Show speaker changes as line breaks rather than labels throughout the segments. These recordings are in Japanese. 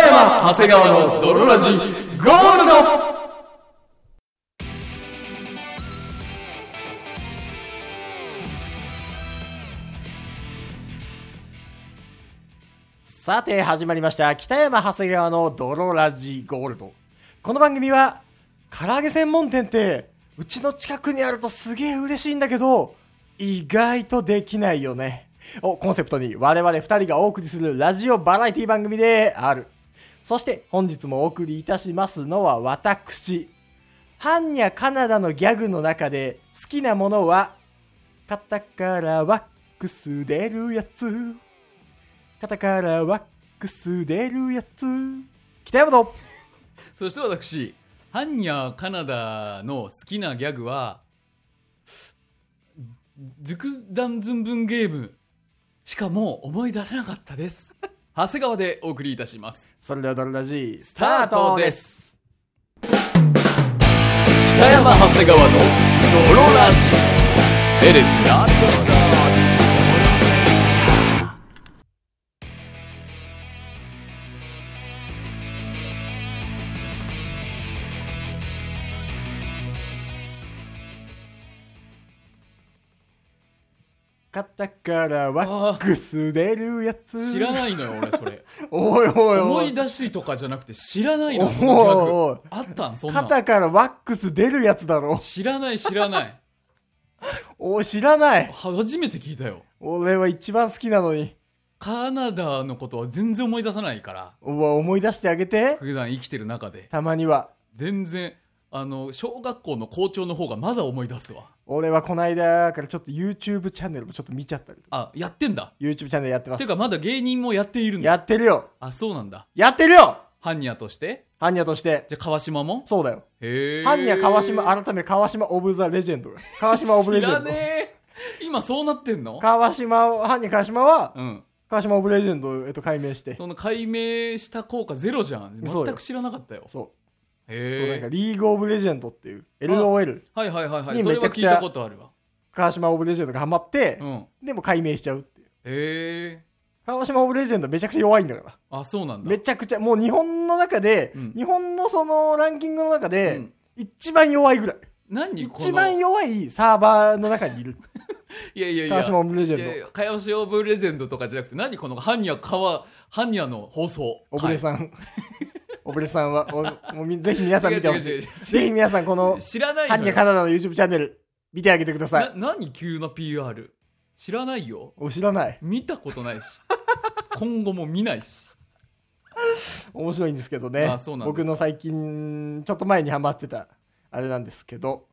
長谷川の泥ラジゴールド
さて始まりました北山長谷川の泥ラジゴールドこの番組は唐揚げ専門店ってうちの近くにあるとすげえ嬉しいんだけど意外とできないよねをコンセプトに我々2人がお送りするラジオバラエティ番組であるそして本日もお送りいたしますのは私般若カナダのギャグの中で好きなものは肩からワックス出るやつ肩からワックス出るやつ北山と
そして私ハンニャカナダの好きなギャグはズクダンズンブンゲームしかもう思い出せなかったです長谷川でお送りいたします
それではドルラジース
スタートです北山長谷川の泥ラジエレスな
肩からワックス出るやつ
知らないのよ俺それ
おいおい
思
お
い
い
出しとかじゃなくて知らないの
お
そのギャグ
おいおい
あったんそんなん
肩からワックス出るやつだろ
知らない知らない
おい知らない
初めて聞いたよ
俺は一番好きなのに
カナダのことは全然思い出さないから
うわ思い出してあげて
普段生きてる中で
たまには
全然あの小学校の校長の方がまだ思い出すわ
俺はこの間からちょっと YouTube チャンネルもちょっと見ちゃったりとか
あやってんだ
YouTube チャンネルやってます
てかまだ芸人もやっているんだ
やってるよ
あそうなんだ
やってるよ
ハンニャとして
ハンニャとして
じゃあ川島も
そうだよ
へえ
ハンニャ川島、改め川島オブザレジェンド。川島オブレ
知
ジェ
ら
ンド。
ねえ今そうなってんの
川島を、ハンニャ川島は、
うん
川島オブレジェンドを、えっと、解明して。
その解明した効果ゼロじゃん
そうよ
全く知らなかったよ
そ
へ
う。
え
そうなんかリーグオブレジェンドっていう、LOL、
はいはいはいはい
に
それ
め
は
ちゃく
聞い
ちゃ
たことあるわ
川島オブレジェンドがハマって
う、ん
でも解明しちゃうっていう。
へえ
川島オブレジェンドめちゃくちゃ弱いんだから。
あそうなんだ
めちゃくちゃ、もう日本の中で、
うん
日本のそのランキングの中
う
で
ん、
一番弱いぐらい。
何この
一番弱いサーバーの中にいる。
いやいやいや
川島オブレジ
いやい
ェンド。
やかよしオブレジェンドとかじゃなくて何このハンニャ川ハンニャの放送
オブレ
ん
さん。 オブレさんは、おもうみぜひ皆さん見てほし
違う違う違う
い。ぜひ皆さんこの、
知らない
ハ
の
ン
よ
ニャカナダの YouTube チャンネル見てあげてください。
な何急な PR 知らないよ
お知らない。
見たことない し今後も見ないし
面白いんですけどね
あそう。なんですか
僕の最近、ちょっと前にハマってた、あれなんですけど、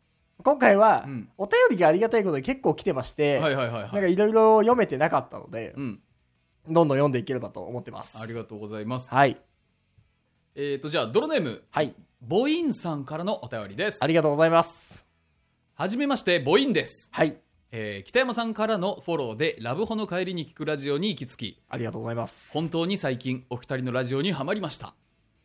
今回は
うん、
お便りがありがたいことに結構来てまして、
はいはいはい
なん
は
か
い
いろいろ読めてなかったので、
うん
どんどん読んでいければと思ってます。
ありがとうございます
はい。
えっとじゃあドロネーム
はい。
ボインさんからのお便りです
ありがとうございます。
はじめましてボインです
はい。
えー北山さんからのフォローでラブホの帰りに聞くラジオに行き着き
ありがとうございます。
本当に最近お二人のラジオにはまりました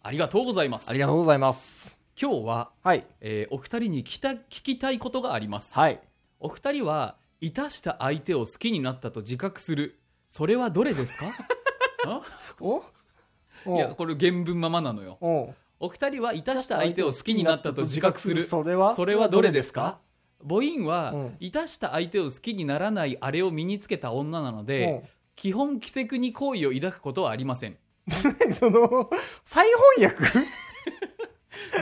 ありがとうございます
ありがとうございます。
今日は、
はい。
えーお二人に聞きた聞きたいことがあります
はい。
お二人はいたした相手を好きになったと自覚するそれはどれです かあ
おお
いやこれ原文ままなのよ
お
お二人はいたした相手を好きになったと自覚する
それは
それはどれですか母音は、
うん
いたした相手を好きにならないあれを身につけた女なので、
うん
基本奇跡に好意を抱くことはありません
その、再翻訳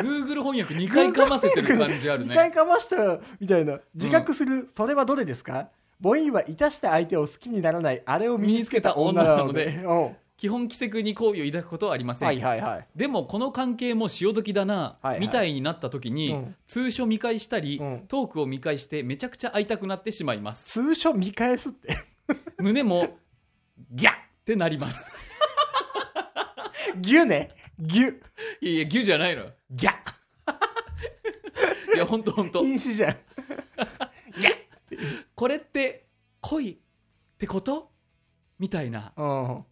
Google 翻訳2回かませてる感じある
二
ね
回かましたみたいな。自覚する、それはどれですか母音はいたした相手を好きにならない、あれを身につけた女なので。
身に
うん
基本奇跡に好意を抱くことはありません、
はいはいはい。
でもこの関係も潮時だな、
はいはい
みたいになった時に、
うん
通所見返したり、
うん
トークを見返してめちゃくちゃ会いたくなってしまいます
通所見返すって。
胸もギャッってなります
ぎゅね。ぎゅ。
いやいやギュじゃないのよギャッ いやほんとほんと
禁止じゃん。
これって恋ってことみたいな
うん。うん。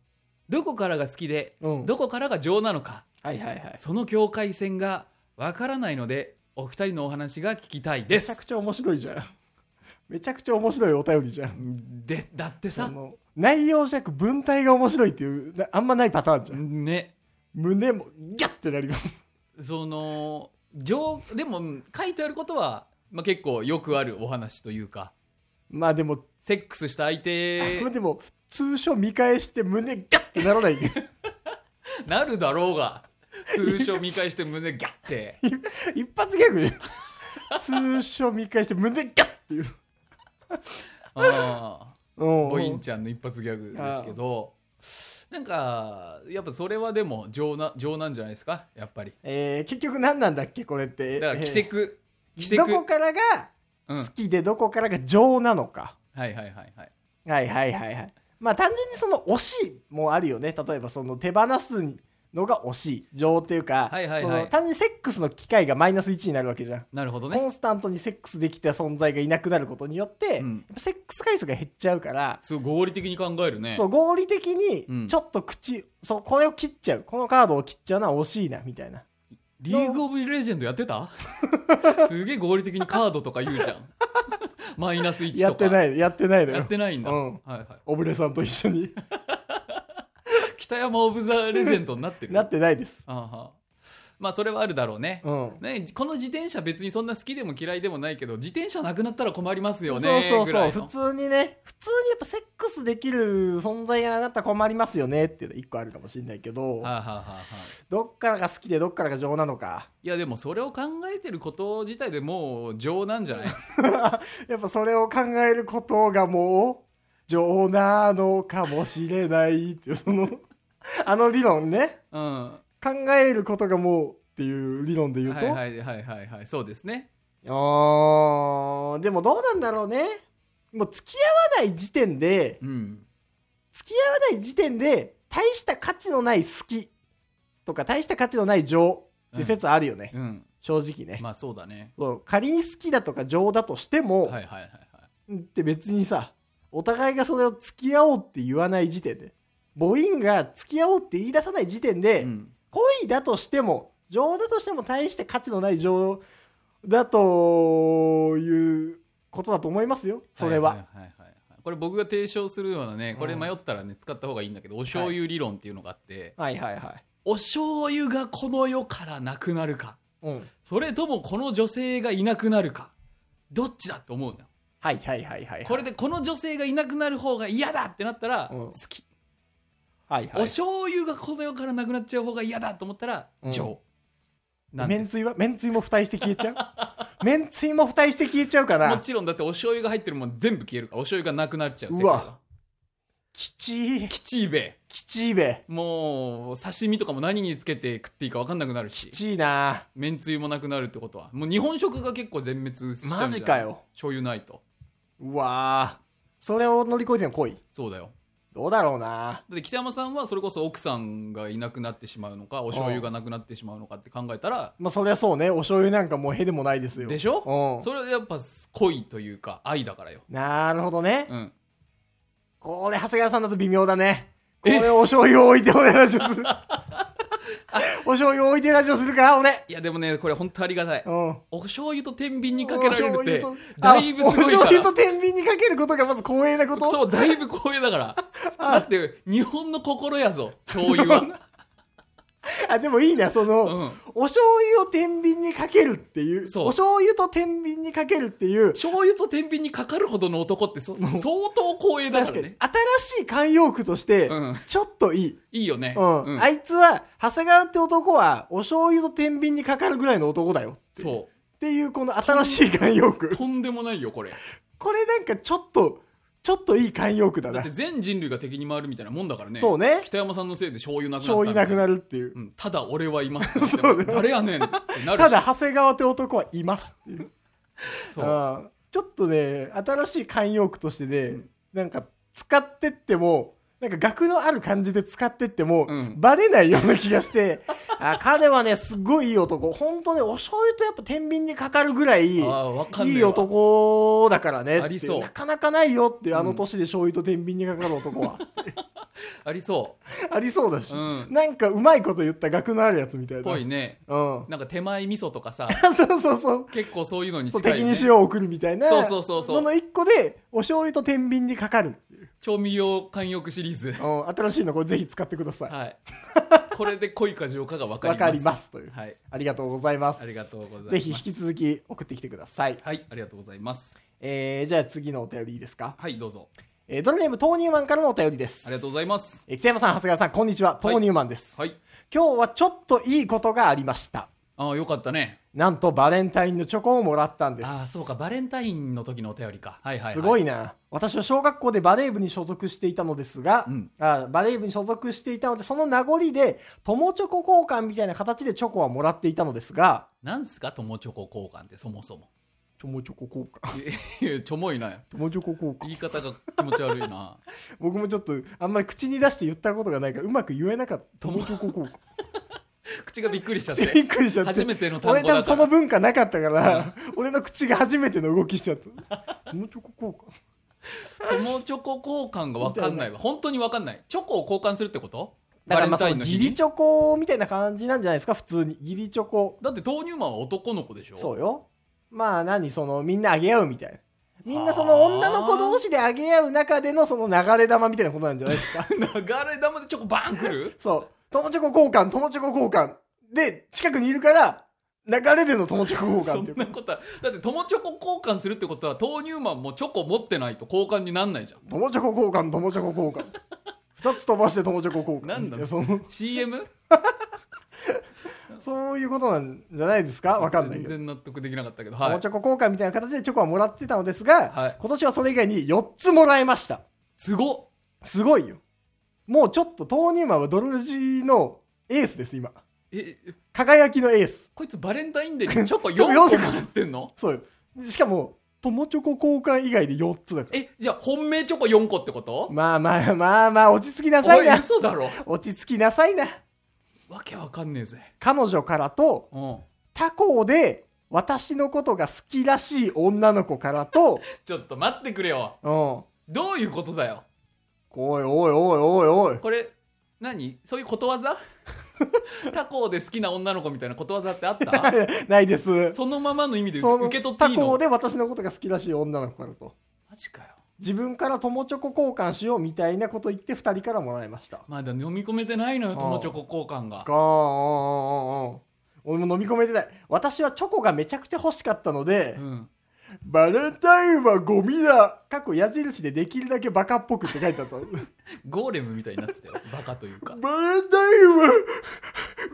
どこからが好きで、
はい
どこからが情なのか
はいはい。
その境界線がわからないのでお二人のお話が聞きたいで
めちゃく
す
ちゃ面白いじゃん。 めちゃくちゃ面白いお便りじゃん。
でだって
あ
さ
の内容じゃなく文体が面白いっていう、なあんまないパターンじゃん。
ね
難胸もギャッてなります。
その上でもうん書いてあることは、まあ、結構よくあるお話というか
まあでも、
セックスした相手
まあでも、通称見返して胸ギャッてならない。
なるだろうが通称見返して胸ギャッ て
一発ギャグ 通称見返して胸ギャッっていう。
あーボ
ボ
インちゃんの一発ギャグですけどなんかやっぱそれはでも情な情なんじゃないですかやっぱり
えー、結局何なんだっけこれって。
だから奇
え
跡
ー
奇
ど
跡
こからが
うんは
好きでどこからが情なのか。
いはいはいはい
はいはいはいはい。まあ単純にその惜しいもあるよね。例えばその手放すのが惜しい。情というか、
はいはいはい
その単純にセックスの機会がマイナス1になるわけじゃん。
なるほど
コ
ね
ンスタントにセックスできた存在がいなくなることによって、
うん
やっぱセックス回数が減っちゃうから、
すごい合理的に考えるね
そう合理的
う
に
ん
ちょっと口、そうこれを切っちゃうこのカードを切っちゃうのは惜しいなみたいな
リーグオブレジェンドやっ てたすげえ合理的にカードとか言うじゃん マイナス1とか
やってないいやってないのよ
やってないんだ、
うん
はいはい、
オブレさんと一緒に
北山オブザレジェンドになってる
なってないです
あはまあそれはあるだろうね,、
うん
ねこの自転車別にそんな好きでも嫌いでもないけど自転車なくなったら困りますよね
そうそう
ぐ
そ
ら
う
いの
普通にね普通にやっぱセックスできる存在がなかったら困りますよねっていうの一個あるかもしれないけど
はあ、はあはあはあ、
どっからが好きでどっからが情なのか
いやでもそれを考えてること自体でもう情なんじゃない
やっぱそれを考えることがもう情なのかもしれないっていうその あの理論ね
うんは
考えることがもうっていう理論で
い
言うと、
はいはいはいはいそうですね
あーでもどうなんだろうねもう付き合わない時点で
うん
付き合わない時点で大した価値のない好きとか大した価値のない情って説あるよね、
うん
正直ね、
まあそうだね
そう仮に好きだとか情だとしても、
はいはいはいはい
って別にさお互いがそれを付き合おうって言わない時点で母音が付き合おうって言い出さない時点で、
うん
恋だとしても情だとしても大して価値のない情だということだと思いますよそれは,、
いいいはいはいこれ僕が提唱するようなねこれ迷ったらね使った方がいいんだけどお醤油理論っていうのがあって、
はい、はいはいはい
お醤油がこの世からなくなるか
うん
それともこの女性がいなくなるかどっちだって思うのよ
はいはいはいはい
これでこの女性がいなくなる方が嫌だってなったら
うん
好き、
はい
お
はい
醤油がこの世からなくなっちゃう方が嫌だと思ったら
うん
情、なん
め
で
ん
す
つゆはめんつゆも付帯して消えちゃうめんつゆも付帯して消えちゃうか
も
ら
ちろんだってお醤油が入ってるもん全部消えるからお醤油がなくなっちゃう
うわ
世界は
きちい
きちいべ
きちいべ
もう刺身とかも何につけて食っていいか分かんなくなる
き
し
ちいな
めんつゆもなくなるってことはもう日本食が結構全滅しちゃうんじゃない
マジかよ
醤油ないと
うわーそれを乗り越えての恋
そうだよ
どうだろうな
だって北山さんはそれこそ奥さんがいなくなってしまうのかお醤油がなくなってしまうのかって考えたら
まあそりゃそうねお醤油なんかもうへでもないですよ
でしょ
うん
それはやっぱ恋というか愛だからよ
なるほどね、
うん
これ長谷川さんだと微妙だねこ
え
れお醤油を置いて俺ラジオ するお醤油置いてラジオするか俺
いやでもねこれ本当ありがたい
うん
お醤油と天秤にかけられるって
お醤油と
だいぶす
あお
ごい
醤
から
油と天秤にかけることがまず光栄なこと
そうだいぶ光栄だからだって日本の心やぞ醤油は
あでもいいなその、
うん
お醤油を天秤にかけるっていう
そう
お醤油と天秤にかけるっていう
醤油と天秤にかかるほどの男ってそ相当光栄だ
確
か
からに
ね。
新しい慣用句として、
うん
ちょっといい、
いいよね。
うん
うん
あいつは長谷川って男はお醤油と天秤にかかるぐらいの男だよっていう
そ
っていうこの新しい慣用句
う。とんでもないよ、これ。
これなんかちょっと、ちょっといい慣用句だ
だっ
な
て。全人類が敵に回るみたいなもんだからね。
そうね。
北山さんのせいで醤油なくなった
醤油なく
る。
なるっていう
う。ん、ただ俺はいますって言っても誰やねんってなるした
だ、長谷川って男はいますっていう。
そう
ああちょっとね、新しい慣用句としてね、なんか使ってっても、なんか額のある感じで使ってっても、
うん
バレないような気がして、 あ彼はね、すごいいい男。本当ね、お醤油とやっぱ天秤にかかるぐらい、
ああわかんねえ
い
わ
い男だからねってい。
ありそう
なかなかないよっていう、あの年で醤油と天秤にかかる男は。
ありそ
ありそうだし、
うん
なんかうまいこと言った額のあるやつみたいな。
うぽいね
うん
なんか手前味噌とかさ
そうそうそう。
結構そういうのに
そう
近い、
敵
ね
に、塩を送るみたいな
そうそうそうそう
のの一個でお醤油と天秤にかかるっていう、
調味料慣用句シリーズ
うん、新しいのこれぜひ使ってください
はいこれで濃いか浄化が分かり
わ
ます
かりますという。
はい
ありがとうございます。
ありがとうございます
ぜひ引き続き送ってきてください。
はいありがとうございます
えー、じゃあ次のお便りいいですか。
はいどうぞ
えー、ドラネーム豆乳マンからのお便りです。
ありがとうご
ざい
ざいます
ます。北山さん、長谷川さん、こんにちは。豆乳マンです。
はい
今日はちょっといいことがありました。
ああよかったね
なんとバレンタインのチョコをもらったんです。
ああそうかバレンタインの時のお便りかはいはい、はい、
すごいな私は小学校でバレー部に所属していたのですが、
うん
あバレー部に所属していたのでその名残で友チョコ交換みたいな形でチョコはもらっていたのですが
なんすか友チョコ交換ってそもそも
友チョコ交換
いやちょもいな
友チョコ交換
言い方が気持ち悪いな
僕もちょっとあんまり口に出して言ったことがないからうまく言えなかった
友
友チョコ交換
口がびっくりしちゃっ
びってくりしちゃって
初めての単語
俺
だか
多
ら
分その文化なかったから俺の口が初めての動きしちゃった友チョコ交換
友チョコ交換が分かんないわ本当に分かんないチョコを交換するってこと
だから
バレ
ま
ン
あそ
タイ
の
ンの
義
日
理
に
チョコみたいな感じなんじゃないですか普通に義理チョコ
だって豆乳マンは男の子でしょ
そうよ。まあ何そのみんなあげ合うみたいな。みんなそ
は
の
あ
女の子同士であげ合う中でのその流れ玉みたいなことなんじゃないですか。
流れ玉でチョコバーンくる
そう。友チョコ交換、友チョコ交換。で、近くにいるから、流れでの友チョコ交
そ
換ってい
ん
うか
な。ことはだって友チョコ交換するってことは豆乳マンもチョコ持ってないと交換になんないじゃん
友チョコ交換、友チョコ交換。二つ飛ばして友チョコ交換。
なんだ
いやその
CM?
そういうことなんじゃないですかわかんないけど。
全然納得できなかったけどは
友
い
チョコ交換みたいな形でチョコはもらってたのですが、
はい
今年はそれ以外に4つもらえました。
すごっ
すごいよ。もうちょっと豆乳マンはドロラジーのエースです、今。
え
輝きのエース。
こいつバレンタインデーにチョコ
ちょ
4
っと四個
個もらってんの
そうよ。しかも、友チョコ交換以外で4つだから。
えじゃあ本命チョコ4個ってこと
まあまあまあまあ、落ち着きなさ
お。
いない
嘘だろ
落ち着きなさいな。
わけわかんねえぜ
彼女からと、
うん
他校で私のことが好きらしい女の子から と、
ちょっと待ってくれよ
うん。お
どういうことだよ
いおいおいおいおい。
これ何そういうこと わざ他校で好きな女の子みたいなことわざってあった
ないです。
そのままの意味で
その
受け取っていい
他校
の
で私のことが好きらしい女の子からと。
マジかよ
自分から友チョコ交換しようみたいなこと言って2人からもらいました。
まだ飲み込めてないのよ
あ
友チョコ交換が
ガーンうんうんうんうん俺も飲み込めてない私はチョコがめちゃくちゃ欲しかったので、
うん
バレンタインはゴミだ過去矢印でできるだけバカっぽくって書いてあった バレン
ゴーレムみたいになってたよ バカというか
タインは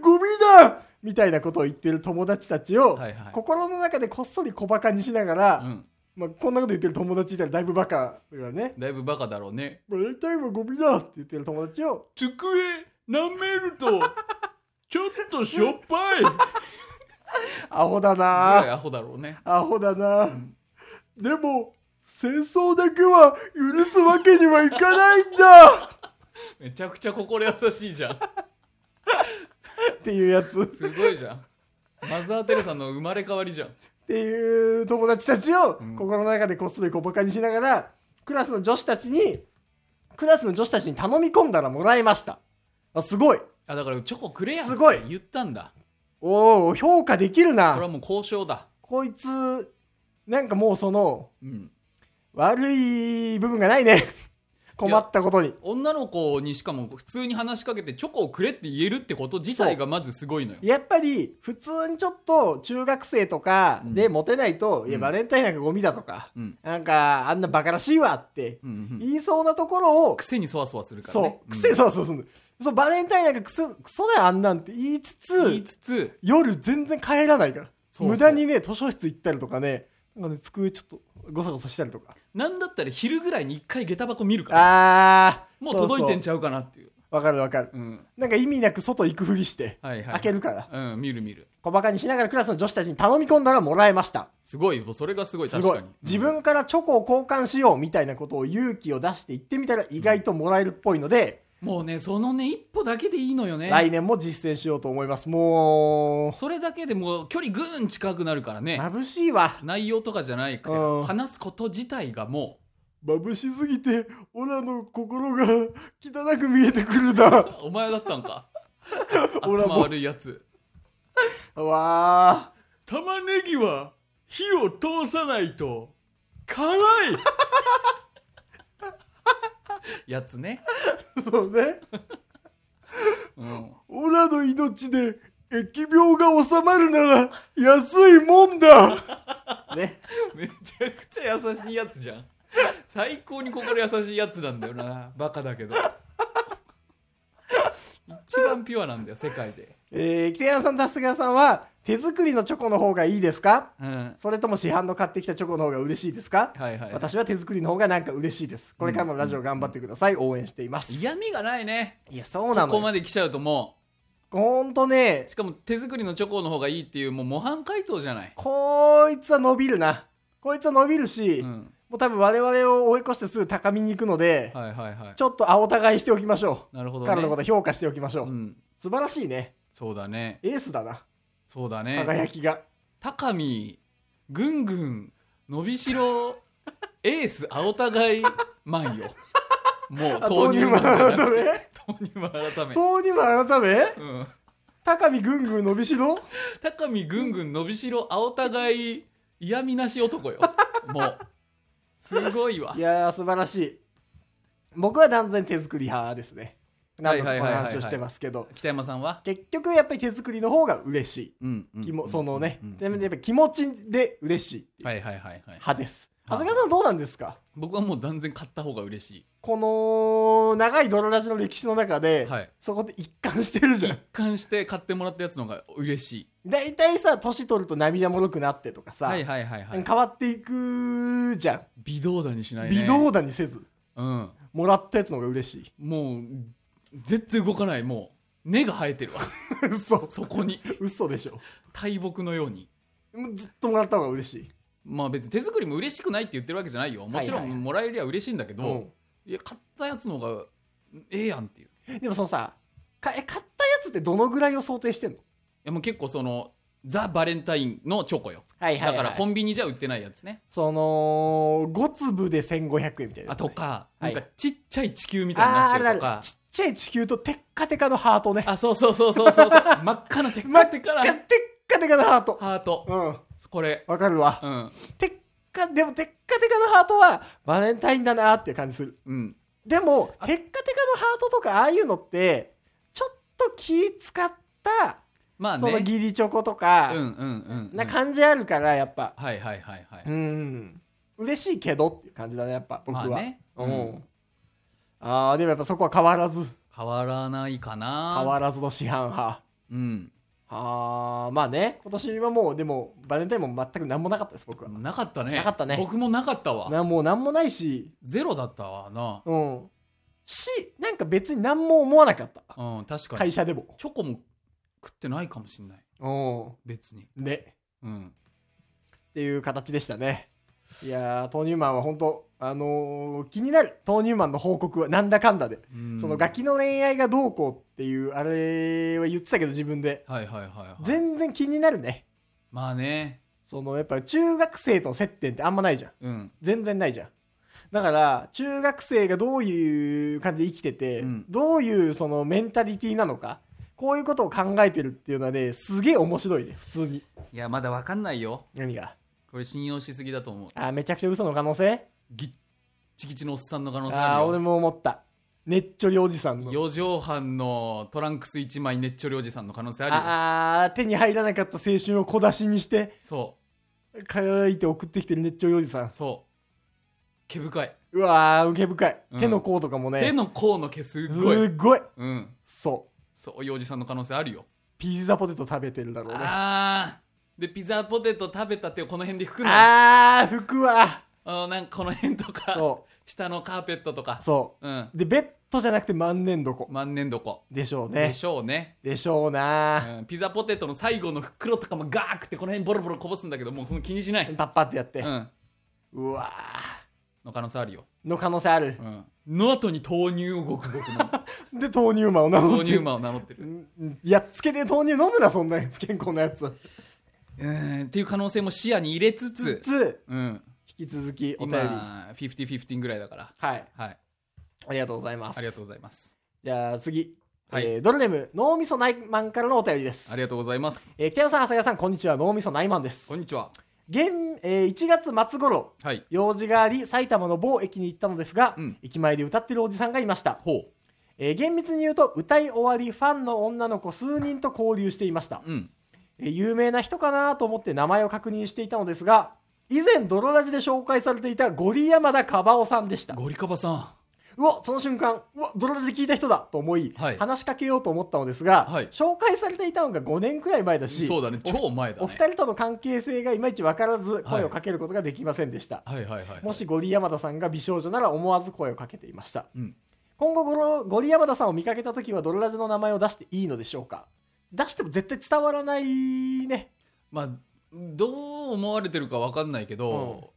ゴミだみたいなことを言ってる友達たちを、
はいはい
心の中でこっそり小バカにしながら、
うん
まあ、こんなこと言ってる友達いたらだいぶバカだよね
だいぶバカだろうね
バレンタインはゴミだって言ってる友達を
机舐める とちょっとしょっぱいぐ
アホだな
らいアホだろうね
アホだな。でも、戦争だけは許すわけにはいかないんだ
めちゃくちゃ心優しいじゃん
っていうやつ。っ
すごいじゃんマザー・テレサの生まれ変わりじゃん
ていう友達たちを
うん
心の中でこっそり小バカにしながら、クラスの女子たちに、クラスの女子たちに頼み込んだらもらいました。あすごい。
あだからチョコくれやん
すごい
って言ったんだ
おお、評価できる
これは
な。
もう交渉だ
こいつ、なんかもうその、
うん
悪い部分がないね。困ったことに。
女の子にしかも普通に話しかけてチョコをくれって言えるってこと自体がまずすごいのよ
やっぱり普通にちょっと中学生とかでモテないと、
う
い
ん
や
うん
バレンタインなんかゴミだとか、
うん
なんかあんなバカらしいわって
うんうん
言いそうなところを、
癖にそわそわするからね
そう癖
そ
そうそうそうそうバレンタインなんかクソクソだよあんなんって言いつつ
言いつつ
夜全然帰らないから
そうそう
無駄にね図書室行ったりとかねなんかね机ちょっとゴサゴサしたりとか
なんだったら昼ぐらいに一回下駄箱見るから
あー
もう届いてん
じ
ちゃうかなっていう
ゃわかるわかる
うん
なんか意味なく外行くふりして
はいはいはい
開けるから
うん見る見る
小バカにしながらクラスの女子たちに頼み込んだらもらえました
すごいもうそれがすごい
す
確
ご
か
い
に
自分からチョコを交換しようみたいなことを勇気を出して言ってみたら意外ともらえるっぽいので、
もうねそのね一歩だけでいいのよね
来年も実践しようと思いますもう
それだけでもう距離ぐーん近くなるからね
眩しいわ
内容とかじゃないくて
うん
話すこと自体がも
眩しすぎてオラの心が汚く見えてくるだ
うお前だったんか
俺は
頭
もう
悪いやつ
わ
玉ねぎは火を通さないと辛いやつね
ーそうね
うん
オラの命で疫病が収まるなら安いもんだね。
めちゃくちゃ優しいやつじゃん最高に心優しいやつなんだよなバカだけど一番ピュアなんだよ世界で
えー、北山さんと長谷川さんは手作りのチョコの方がいいですか
うんは
それとも市販の買ってきたチョコの方が嬉しいですか
いはいはい
私は手作りの方がなんか嬉しいです。これからもラジオ頑張ってください。応援しています。
嫌味がないね
いや、そうなの
ここま
よ。
で来ちゃうとも
ほんとね
うし、かも手作りのチョコの方がいいっていうもう模範解答じゃない、
こいつは伸びるな。こいつは伸びるし、
うん、
もう多分我々を追い越してすぐ高みに行くので、
はいはいはい
ちょっと青互いしておきましょ
なるほ
う。
ど
彼のこ
ね
と評価しておきましょう。
うん
素晴らしいね。
そうだね
エースだな。
そうだね
輝きが。
高見ぐんぐん伸び しろエース青互いマンよもう
あ
豆乳マンじゃなくて
め。
豆乳マン改め
豆乳マン改め
うん
高見ぐんぐん伸びしろ
高見ぐんぐん伸びしろ青互い嫌味なし男よもうすごいわ
いやー、素晴らしい。僕は断然手作り派ですね。何度もこの
はいはいはいはい
話
は
を
い
してますけど。
北山さんは
結局やっぱり手作りの方が嬉し
うんう
い。
ん
気もそのね
うんうん、
やっぱり気持ちで嬉しいっていう
はいはいはいはい
派です。
はい
長谷川さんどうなんですか
僕はもう断然買った方が嬉し
この長い泥ラジの歴史の中
い
で、
はい
そこで一貫してるじゃ
一
ん。
貫して買ってもらったやつの方が嬉しい
大体さ、年取ると涙もろくなってとかさ、
はいはいはいはい
変わっていくじゃ。
微動だにしなんいね
微動だにせず、
うん
もらったやつの方が嬉しい。
もう絶対動かないもう根が生えてる わ
嘘。
そこに
嘘でしょ。
大木のように
もうずっともらった方が嬉しい。
まあ別に手作りも嬉しくないって言ってるわけじゃないよもちろ
はいはいは
んもらえりゃ嬉しいんだけど、い
うん
や買ったやつの方がええやんっていうい
でもそのさ、かえ買ったやつってどのぐらいを想定してんの
やもう結構そのザ・バレンタインのチョコよ
はい
だからコンビニじゃ売ってないやつね、
その5粒で1500円みたいなや
あ
つね、
とか、
はい
なんかちっちゃい地球みたいに
あ
な
ー
っ
あれ
てる
だ
とかあ
ねちっちゃい地球とテッカテカのハートね
そうそうそうそうそう そう真っ赤なテッカテカな
テッカテカのハート
ハート
うん
これ
わかるわ、
うん
テッカでもテッカテカのハートはバレンタインだなーっていう感じする
うん
でもテッカテカのハートとかああいうのってちょっと気使った、
まあね
その義理チョコと
うん
か、
うんうん、うん、
な感じあるからやっぱ
はいはいはいはい、
うん嬉しいけどっていう感じだねやっぱ僕は、
まあね
う、
うんん、
あーでもやっぱそこは変わらず
変わらないかな
変わらずの市販派
うん
あーまあね今年はもうでもバレンタインも全く何もなかったです僕は
なかったね
なかったね
僕もなかったわ
なもう何もないし
ゼロだったわな
うんしなんか別に何も思わなかった
うん確かに
会社でも
チョコも食ってないかもしんない別に
うんね
うん
っていう形でしたねいやー豆乳マンは本当あのー気になる豆乳マンの報告はなんだかんだで、
うん
そのガキの恋愛がどうこうっていうあれは言ってたけど自分で
はいはいはい、はい、
全然気になるね
まあね
そのやっぱ中学生との接点ってあんまないじゃん
うん
全然ないじゃんだから中学生がどういう感じで生きてて、
うん
どういうそのメンタリティなのかこういうことを考えてるっていうのはねすげえ面白いね普通に
いやまだわかんないよ
何が
これ信用しすぎだと思う
あーめちゃくちゃ嘘の可能性
ギッチギチのおっさんの可能性
あ
あ
ー
る
俺
よ
も思ったねっちょりおじさんの
四畳半のトランクス一枚ねっちょりおじさんの可能性あるよ
あー手に入らなかった青春を小出しにして
そ
書いて送ってきてるねっちょりおじさん
うそう毛深い、
うわー受け深い、
うん
手の甲とかもね
手の甲の毛すっ
す
ごい
っごい
うん
そう
そういうおじさんの可能性あるよ
ピザポテト食べてるだろうね
あーでピザポテト食べた手をこの辺で拭くのあ
あー服は
のなんかこの辺とか
そ
下のカーペットとか
うそ
うん
うでベッドじゃなくて万年床
万年床
でしょう
で
ね
しょうね、
でしょうな
うん、ピザポテトの最後の袋とかもガーくてこの辺ボロボロこぼすんだけどもうその気にしない、
パッパってやって
う、ん、
うわ
の可能性あるよ、
ーの可能性ある
う、ん、の後に豆乳をごくごく飲む
で豆乳マンを名乗
豆
っ
乳
て
馬を名乗ってる
うんやっつけで豆乳飲むなそんな不健康なやつ
うんっていう可能性も視野に入れつつ、
つ
うん、
引き続きお便り
今50-15ぐらいだから
はい
はい
ありがとうございます
ありがとうございます
じゃあ次、
はい
えードルネーム脳みそないマンからのお便りです
ありがとうございます
えー北山さん長谷川さんこんにちは脳みそないマンです
こんにちは
現、えー1月末頃
はい
用事があり埼玉の某駅に行ったのですが、
うん
駅前で歌ってるおじさんがいました
ほ
えー厳密に言うと歌い終わりファンの女の子数人と交流していました、
うん
えー有名な人かなと思って名前を確認していたのですが以前泥ラジで紹介されていたゴリ山田カバオさんでした
ゴリカバさん
うわその瞬間うわ泥ラジで聞いた人だと思い、
はい
話しかけようと思ったのですが、
はい
紹介されていたのが5年くらい前だし
そうだね超前だね
お二人との関係性がいまいち分からず声をかけることができませんでした、
はいはいはい
もしゴリ山田さんが美少女なら思わず声をかけていました
うん
今後ゴロゴリ山田さんを見かけた時はドロラジの名前を出していいのでしょうか出しても絶対伝わらないね
まあどう思われてるか分かんないけど、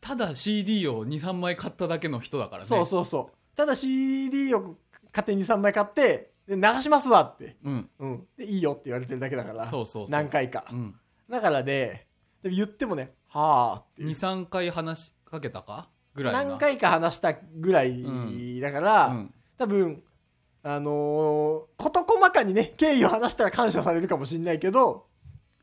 ただ CD を23枚買っただけの人だからね
そうそうそうただ CD を勝手に3枚買ってで流しますわって、
う、うん、
うん、でいいよって言われてるだけだから
そうそうそう
何回か、
うん、
だからねでも言ってもねはあっていう
23回話しかけたかぐらいな
何回か話したぐらいだから、
うん、
多分あのー事細かにね敬意を話したら感謝されるかもしれないけど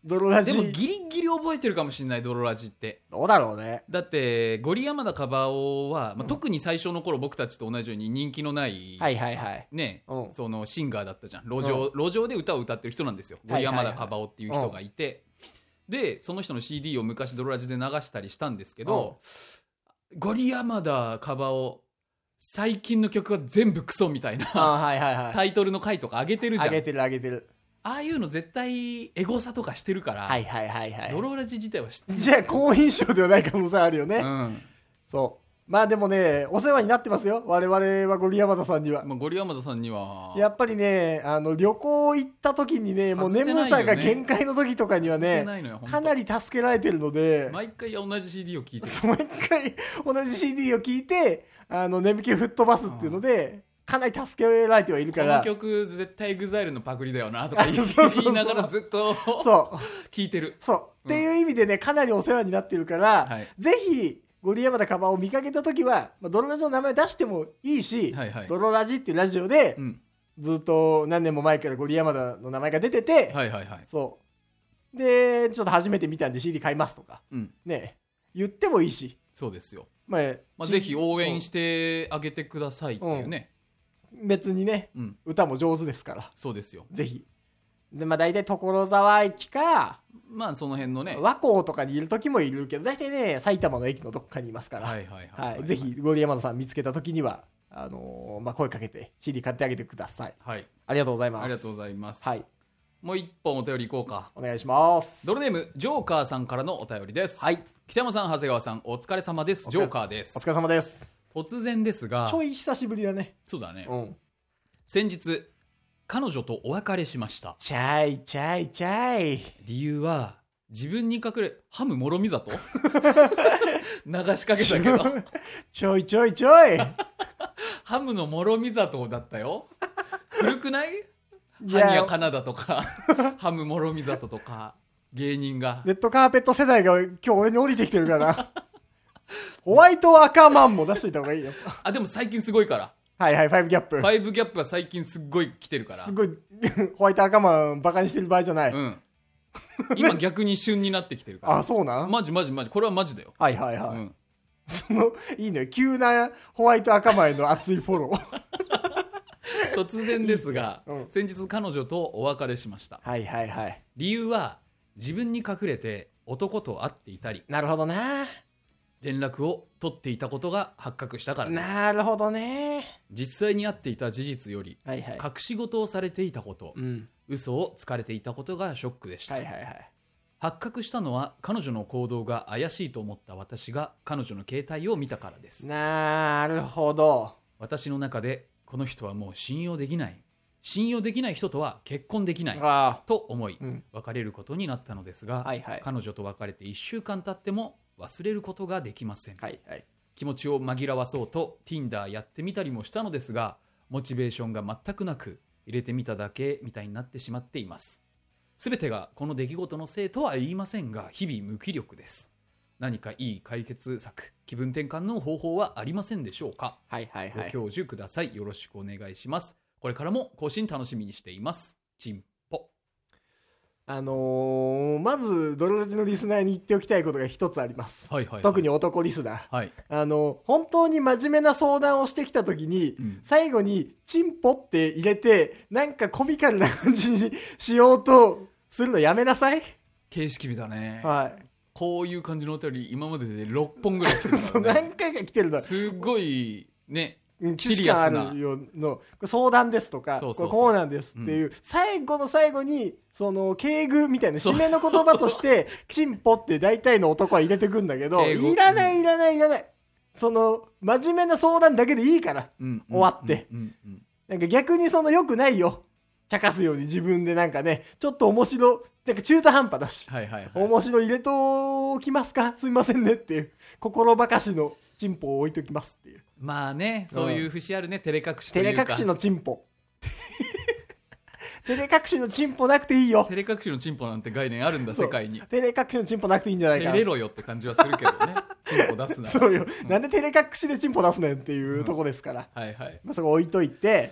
泥ラ
で
ジ
もギリギリ覚えてるかもしれない泥ラジって
どうだろうね
だってゴリ山田カバオは、まあ、特に最初の頃僕たちと同じように人気のない、
はいはいはい
ね
うん
そのシンガーだったじゃん路上,、路上で歌を歌ってる人なんですよ
は
ゴ
い
リ
はい
山田カバオっていう人がいて、でその人の CD を昔ドロラジで流したりしたんですけど、ゴリ山田カバオ最近の曲は全部クソみたい
あ
な
はいはいは
タイトルの回とか上げてる
い
じゃ
上
ん
げてる上げてる
ああいうの絶対エゴサとかしてるから、
はいはいはい
ド
は
ロラジ自体は知って
い
る、
じゃあ好印象ではない可能性あるよね、
うん
そうまあでもねお世話になってますよ我々はゴリ山田さんには
まあ、ゴリ山田さんには
やっぱりねあの旅行行った時にねもう
外せないよ
眠
ね
さが限界の時とかには
外
ね
せないのよ本当
かなり助けられてるので
毎回同じ CD を聴いてる
そう毎回同じ CD を聴いてあの眠気を吹っ飛ばすっていうのでかなり助けられてはいる
こ
か
の
ら
曲絶対 EXILE のパクリだよなとか言い
そうそうそう
言いながらずっと
そう
聴いてる
そう、
うん
っていう意味でねかなりお世話になってるから、
はい
ぜひゴリ山田カバンを見かけた時は、まあ、泥ラジの名前出してもいいし、
はいはい
泥ラジっていうラジオで、
うん
ずっと何年も前からゴリ山田の名前が出てて、
はいはいはい
そうでちょっと初めて見たんで CD 買いますとか
うん
ね言ってもいいし、
そうですよ、
まあ
まあ、ぜひ応援しててあげてくださいっていうね
別にね
うん、
歌も上手ですから
そうですよ
ぜひ。で、まあ大体所沢駅か、
まあその辺のねは
和光とかにいる時もいるけど、大体ね、埼玉の駅のどっかにいますか
い
ら、
は
はい。
いはいはい、
ぜひ、ゴリ山田さん見つけた時には、あのーまあ声かけて CD 買ってあげてください。
はい
ありがとうございます。
ありがとうございます、
はい。
もう一本お便りいこうか
お願いします。
ドルネームジョーカーさんからのお便りです、
はい。
北山さん長谷川さんお疲れ様です
お疲
ジ
れ
ョーカーで
お
す
疲れ様です。
突然ですが
ちょい久しぶりだね。
そうだね、
うん。
先日彼女とお別れしました
チャイチャイチャイ。
理由は自分に隠れハムもろみ里 流しかけたけど
ちょいちょいちょ い。
ハムのもろみ里だったよ古くない
い
ハニヤ
や
カナダとかハムもろみ里とか芸人が
レッドカーペット世代が今日俺に降りてきてるから。 ホワイトアカーマンも出しといた方 がいいよ。
あでも最近すごいから
はいはい、ファイブギャップ。
ファイブギャップは最近すっごい来てるから
すごい、 ホワイト赤マンバカにしてる場合じゃない。
うん今逆に旬になってきてるか
あ、そうな
ら
ん、
マジマジマジこれはマジだよ、
はいはいはい。
うん、
その、 いいね。急なホワイト赤マンへの熱いフォロー。
突然ですが、
いいねうん
先日彼女とお別れしました
はいはいはい。
理由は自分に隠れて男と会っていたり
なるほどな。
連絡を取っていたことが発覚したからです
なるほどね。
実際に会っていた事実より
はいはい。
隠し事をされていたこと
うん。
嘘をつかれていたことがショックでした、
はいはいはい。
発覚したのは彼女の行動が怪しいと思った私が彼女の携帯を見たからです
なるほど。
私の中でこの人はもう信用できない信用できない人とは結婚できない
あ
と思い
あ。うん。
別れることになったのですが、
はいはい。
彼女と別れて1週間経っても忘れることができません、
はいはい。
気持ちを紛らわそうと Tinder やってみたりもしたのですがモチベーションが全くなく入れてみただけみたいになってしまっています全てがこの出来事のせいとは言いませんが日々無気力です何かいい解決策気分転換の方法はありませんでしょうか
はいはいは
ご
い。
教授くださいよろしくお願いしますこれからも更新楽しみにしていますチンポ
あのーまず、ドロラジのリスナーに言っておきたいことが一つあります。
はいはいはい
特に男リスナー。
はい
あの、本当に真面目な相談をしてきたときに、
うん
最後に、チンポって入れて、なんかコミカルな感じにしようとするのやめなさい。
形式美だね、
はい。
こういう感じのお便り今までで6本ぐらい来て る
そう、
からね
何回か来てるの。
すっごいね
うん既
シ
視
リアスな
感あるようの、これ相談ですとか、
そうそうそう
これこうなんですっていう、最後の最後に、その、敬具みたいな、締めの言葉として、チンポって大体の男は入れてくんだけど、
敬語
いらない、いらない、いらない。その、真面目な相談だけでいいから。
うん
終わって
うんうん
なんか逆にその良くないよ。茶化すように自分でなんかね、ちょっと面白、なんか中途半端だし、
はいはいはい
面白入れときますかすみませんねっていう、心ばかしのチンポを置いときますっていう。
まあねそういう節あるね照れ隠しと
照
い
れ
うか
隠しのチンポ。照れ隠しのチンポなくていいよ。
照れ隠しのチンポなんて概念あるんだ
そう
世界に
照れ隠しのチンポなくていいんじゃないか
照
な
れろよって感じはするけど ねチンポ出すなら
そうよ。なんで照れ隠しでチンポ出すねんっていうとこですから。
はいはい
まあそこ置いといて、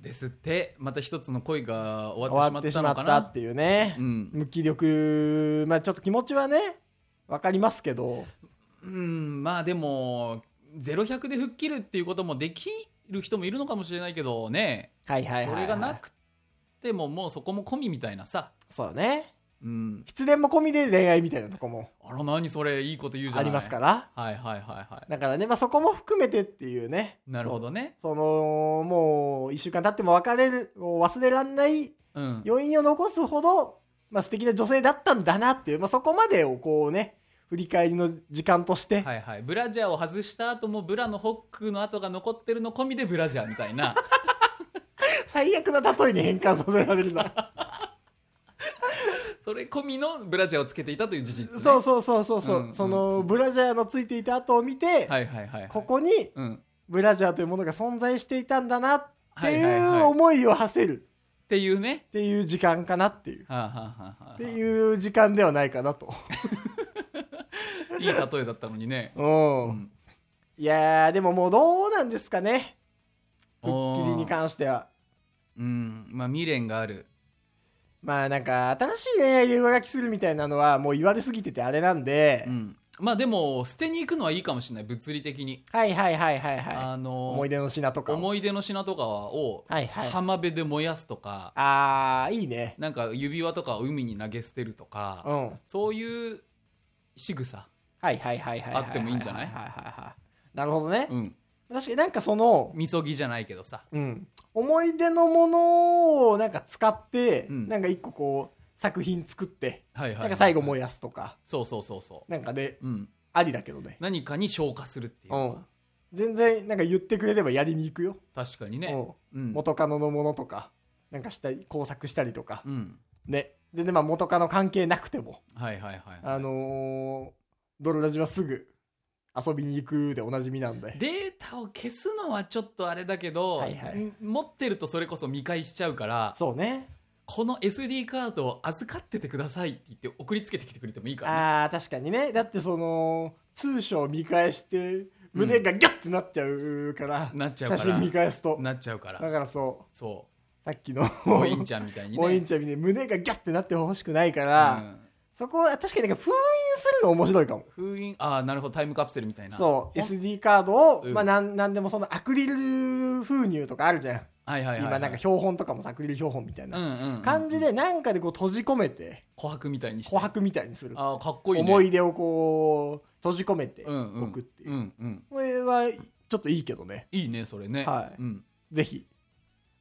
ですってまた一つの恋が終わ
終わっ
っ
てて
し
し
ま
ま
っ
った
のか
た
な
っていうね。
うん
無気力、まあちょっと気持ちはね、わかりますけど、
うんまあでも0100で吹っ切るっていうこともできる人もいるのかもしれないけどね
はいはいはい、
そ
はい。
れがなくてももうそこも込みみたいなさ
そうだね。
うん
失恋も込みで恋愛みたいなとこも
あら何それいいこと言うじゃ
あ
ない
りますからら。
はいはいはいはい
だからね、まあそこも含めてっていうね。
なるほどね
そう。その、もう一週間経っても別れる、もう忘れらんない
うん
余韻を残すほど、まあ素敵な女性だったんだなっていう、まあそこまでをこうね、振り返りの時間として、
はいはい、ブラジャーを外した後もブラのホックの跡が残ってるの込みでブラジャーみた いな
最悪な例えに変換させられるな。
それ込みのブラジャーをつけていたという事実、ね、
そうそうそうそうそう、
うんうん
そのブラジャーのついていた後を見て、
はいはいはいはい、
ここに
うん、っ
ブラジャーというものが存在していたんだなって
はいはいは
い
い
う思いを馳せる
ていうね
っていう時間かなっていう。
はあ、はあはあはあ、
って
う
いう時間ではないかなと。
いい例えだったのにね
うん。
ん
いやー、でももうどうなんですかね。復帰りに
おー
関しては。
うんまあ未練がある
まあなんか、新しい恋愛で上書きするみたいなのはもう言われすぎててあれなんで、
うんまあでも捨てに行くのはいいかもしれない物理的に、
はいはいはいはいは
あ
い。
の
思い出の品とかを。
思い出の品とかを
はいはい
浜辺で燃やすとか
あー、いいね。
なんか指輪とかを海に投げ捨てるとか、
うん。はい
そういう仕草
はいはいはいはいはは。
あってもいいんじゃない
はいはいはいはい。なるほどね。
うん
確かになんかその、
みそぎじゃないけどさ
うん、思い出のものをなんか使って、
うん
なんか一個こう作品作って、
はいはいはい
なんか最後燃やすとか、
そうそうそうそ
なんかね
う、うん、
ありだけどね、、
何かに消化するっていううん
全然なんか言ってくれればやりに行くよ、
確かにね、うん
うん、元カノのものとかなんかしたり工作したりとか、
うん、
ね全然まあ元カノ関係なくても
はいはいはい、
あのー、ドロラジはすぐ遊びに行くでおなじみなんで
データを消すのはちょっとあれだけど、
はいはい
持ってるとそれこそ見返しちゃうから
そうね
この SD カードを預かっててくださいって言って送りつけてきてくれてもいいから、ね、
あー確かにねだってその通所を見返して胸がギャッてなっちゃうから、
なっちゃうか
写
ら
真見返すと
なっちゃうか
だ
ら
からそ
そう
さっきの
うおいんちゃんみたいにね
おいんちゃんみたいに胸がギャッてなってほしくないか
う
ら、
ん
そこは確かになんか封印するの面白いかも
封印ああなるほどタイムカプセルみたいな
そう
ほん
SD カードを、
うん
まあなんなんでもそのアクリル封入とかあるじゃん、
はいはいはい、はい、
今なんか標本とかもアクリル標本みたいな、
うんうんうん
感じでなんかでこう閉じ込めて
琥珀みたいにして
琥珀みたいにする
ああかっこいいね
思い出をこう閉じ込めて
うんうん
置くっていう、
うんうん
これはちょっといいけどね
いいねそれね
はい
うん
ぜひ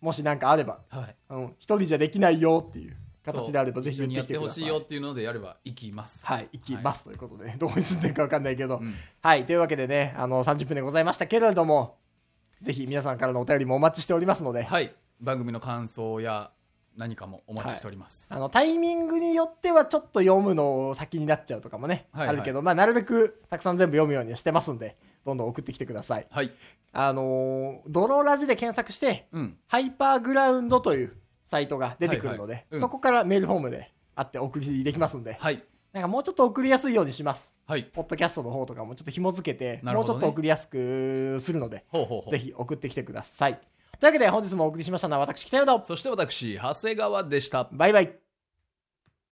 もし何かあれば
はい、
あの一人じゃできないよっていう
そう
形であればぜひ
一緒
言っ
にや
てき
っ
て
て
く
ほ
ださ
し
い
いよっていうのでやれば行きます
はい行きますということで、ねどこに住んでるか分かんないけど、
はいうん
はいというわけでねあの30分でございましたけれどもぜひ皆さんからのお便りもお待ちしておりますので、
はい番組の感想や何かもお待ちしております、
あのタイミングによってはちょっと読むの先になっちゃうとかもね、
はいはい
あるけど、まあ、なるべくたくさん全部読むようにしてますんでどんどん送ってきてください
はい、
あのードローラジで検索して
うん
ハイパーグラウンドというサイトが出てくるので、
はいはいうん
そこからメールフォームであってお送りできますんで、
はい
なんかもうちょっと送りやすいようにします。
はい
ポッドキャストの方とかもちょっと紐付けて、
なる
も
ほ
うちょ
どね
っと送りやすくするので、
ほうほうほう
ぜひ送ってきてください。というわけで本日もお送りしましたのは私、北山と、
そして私長谷川でした
バイバイ。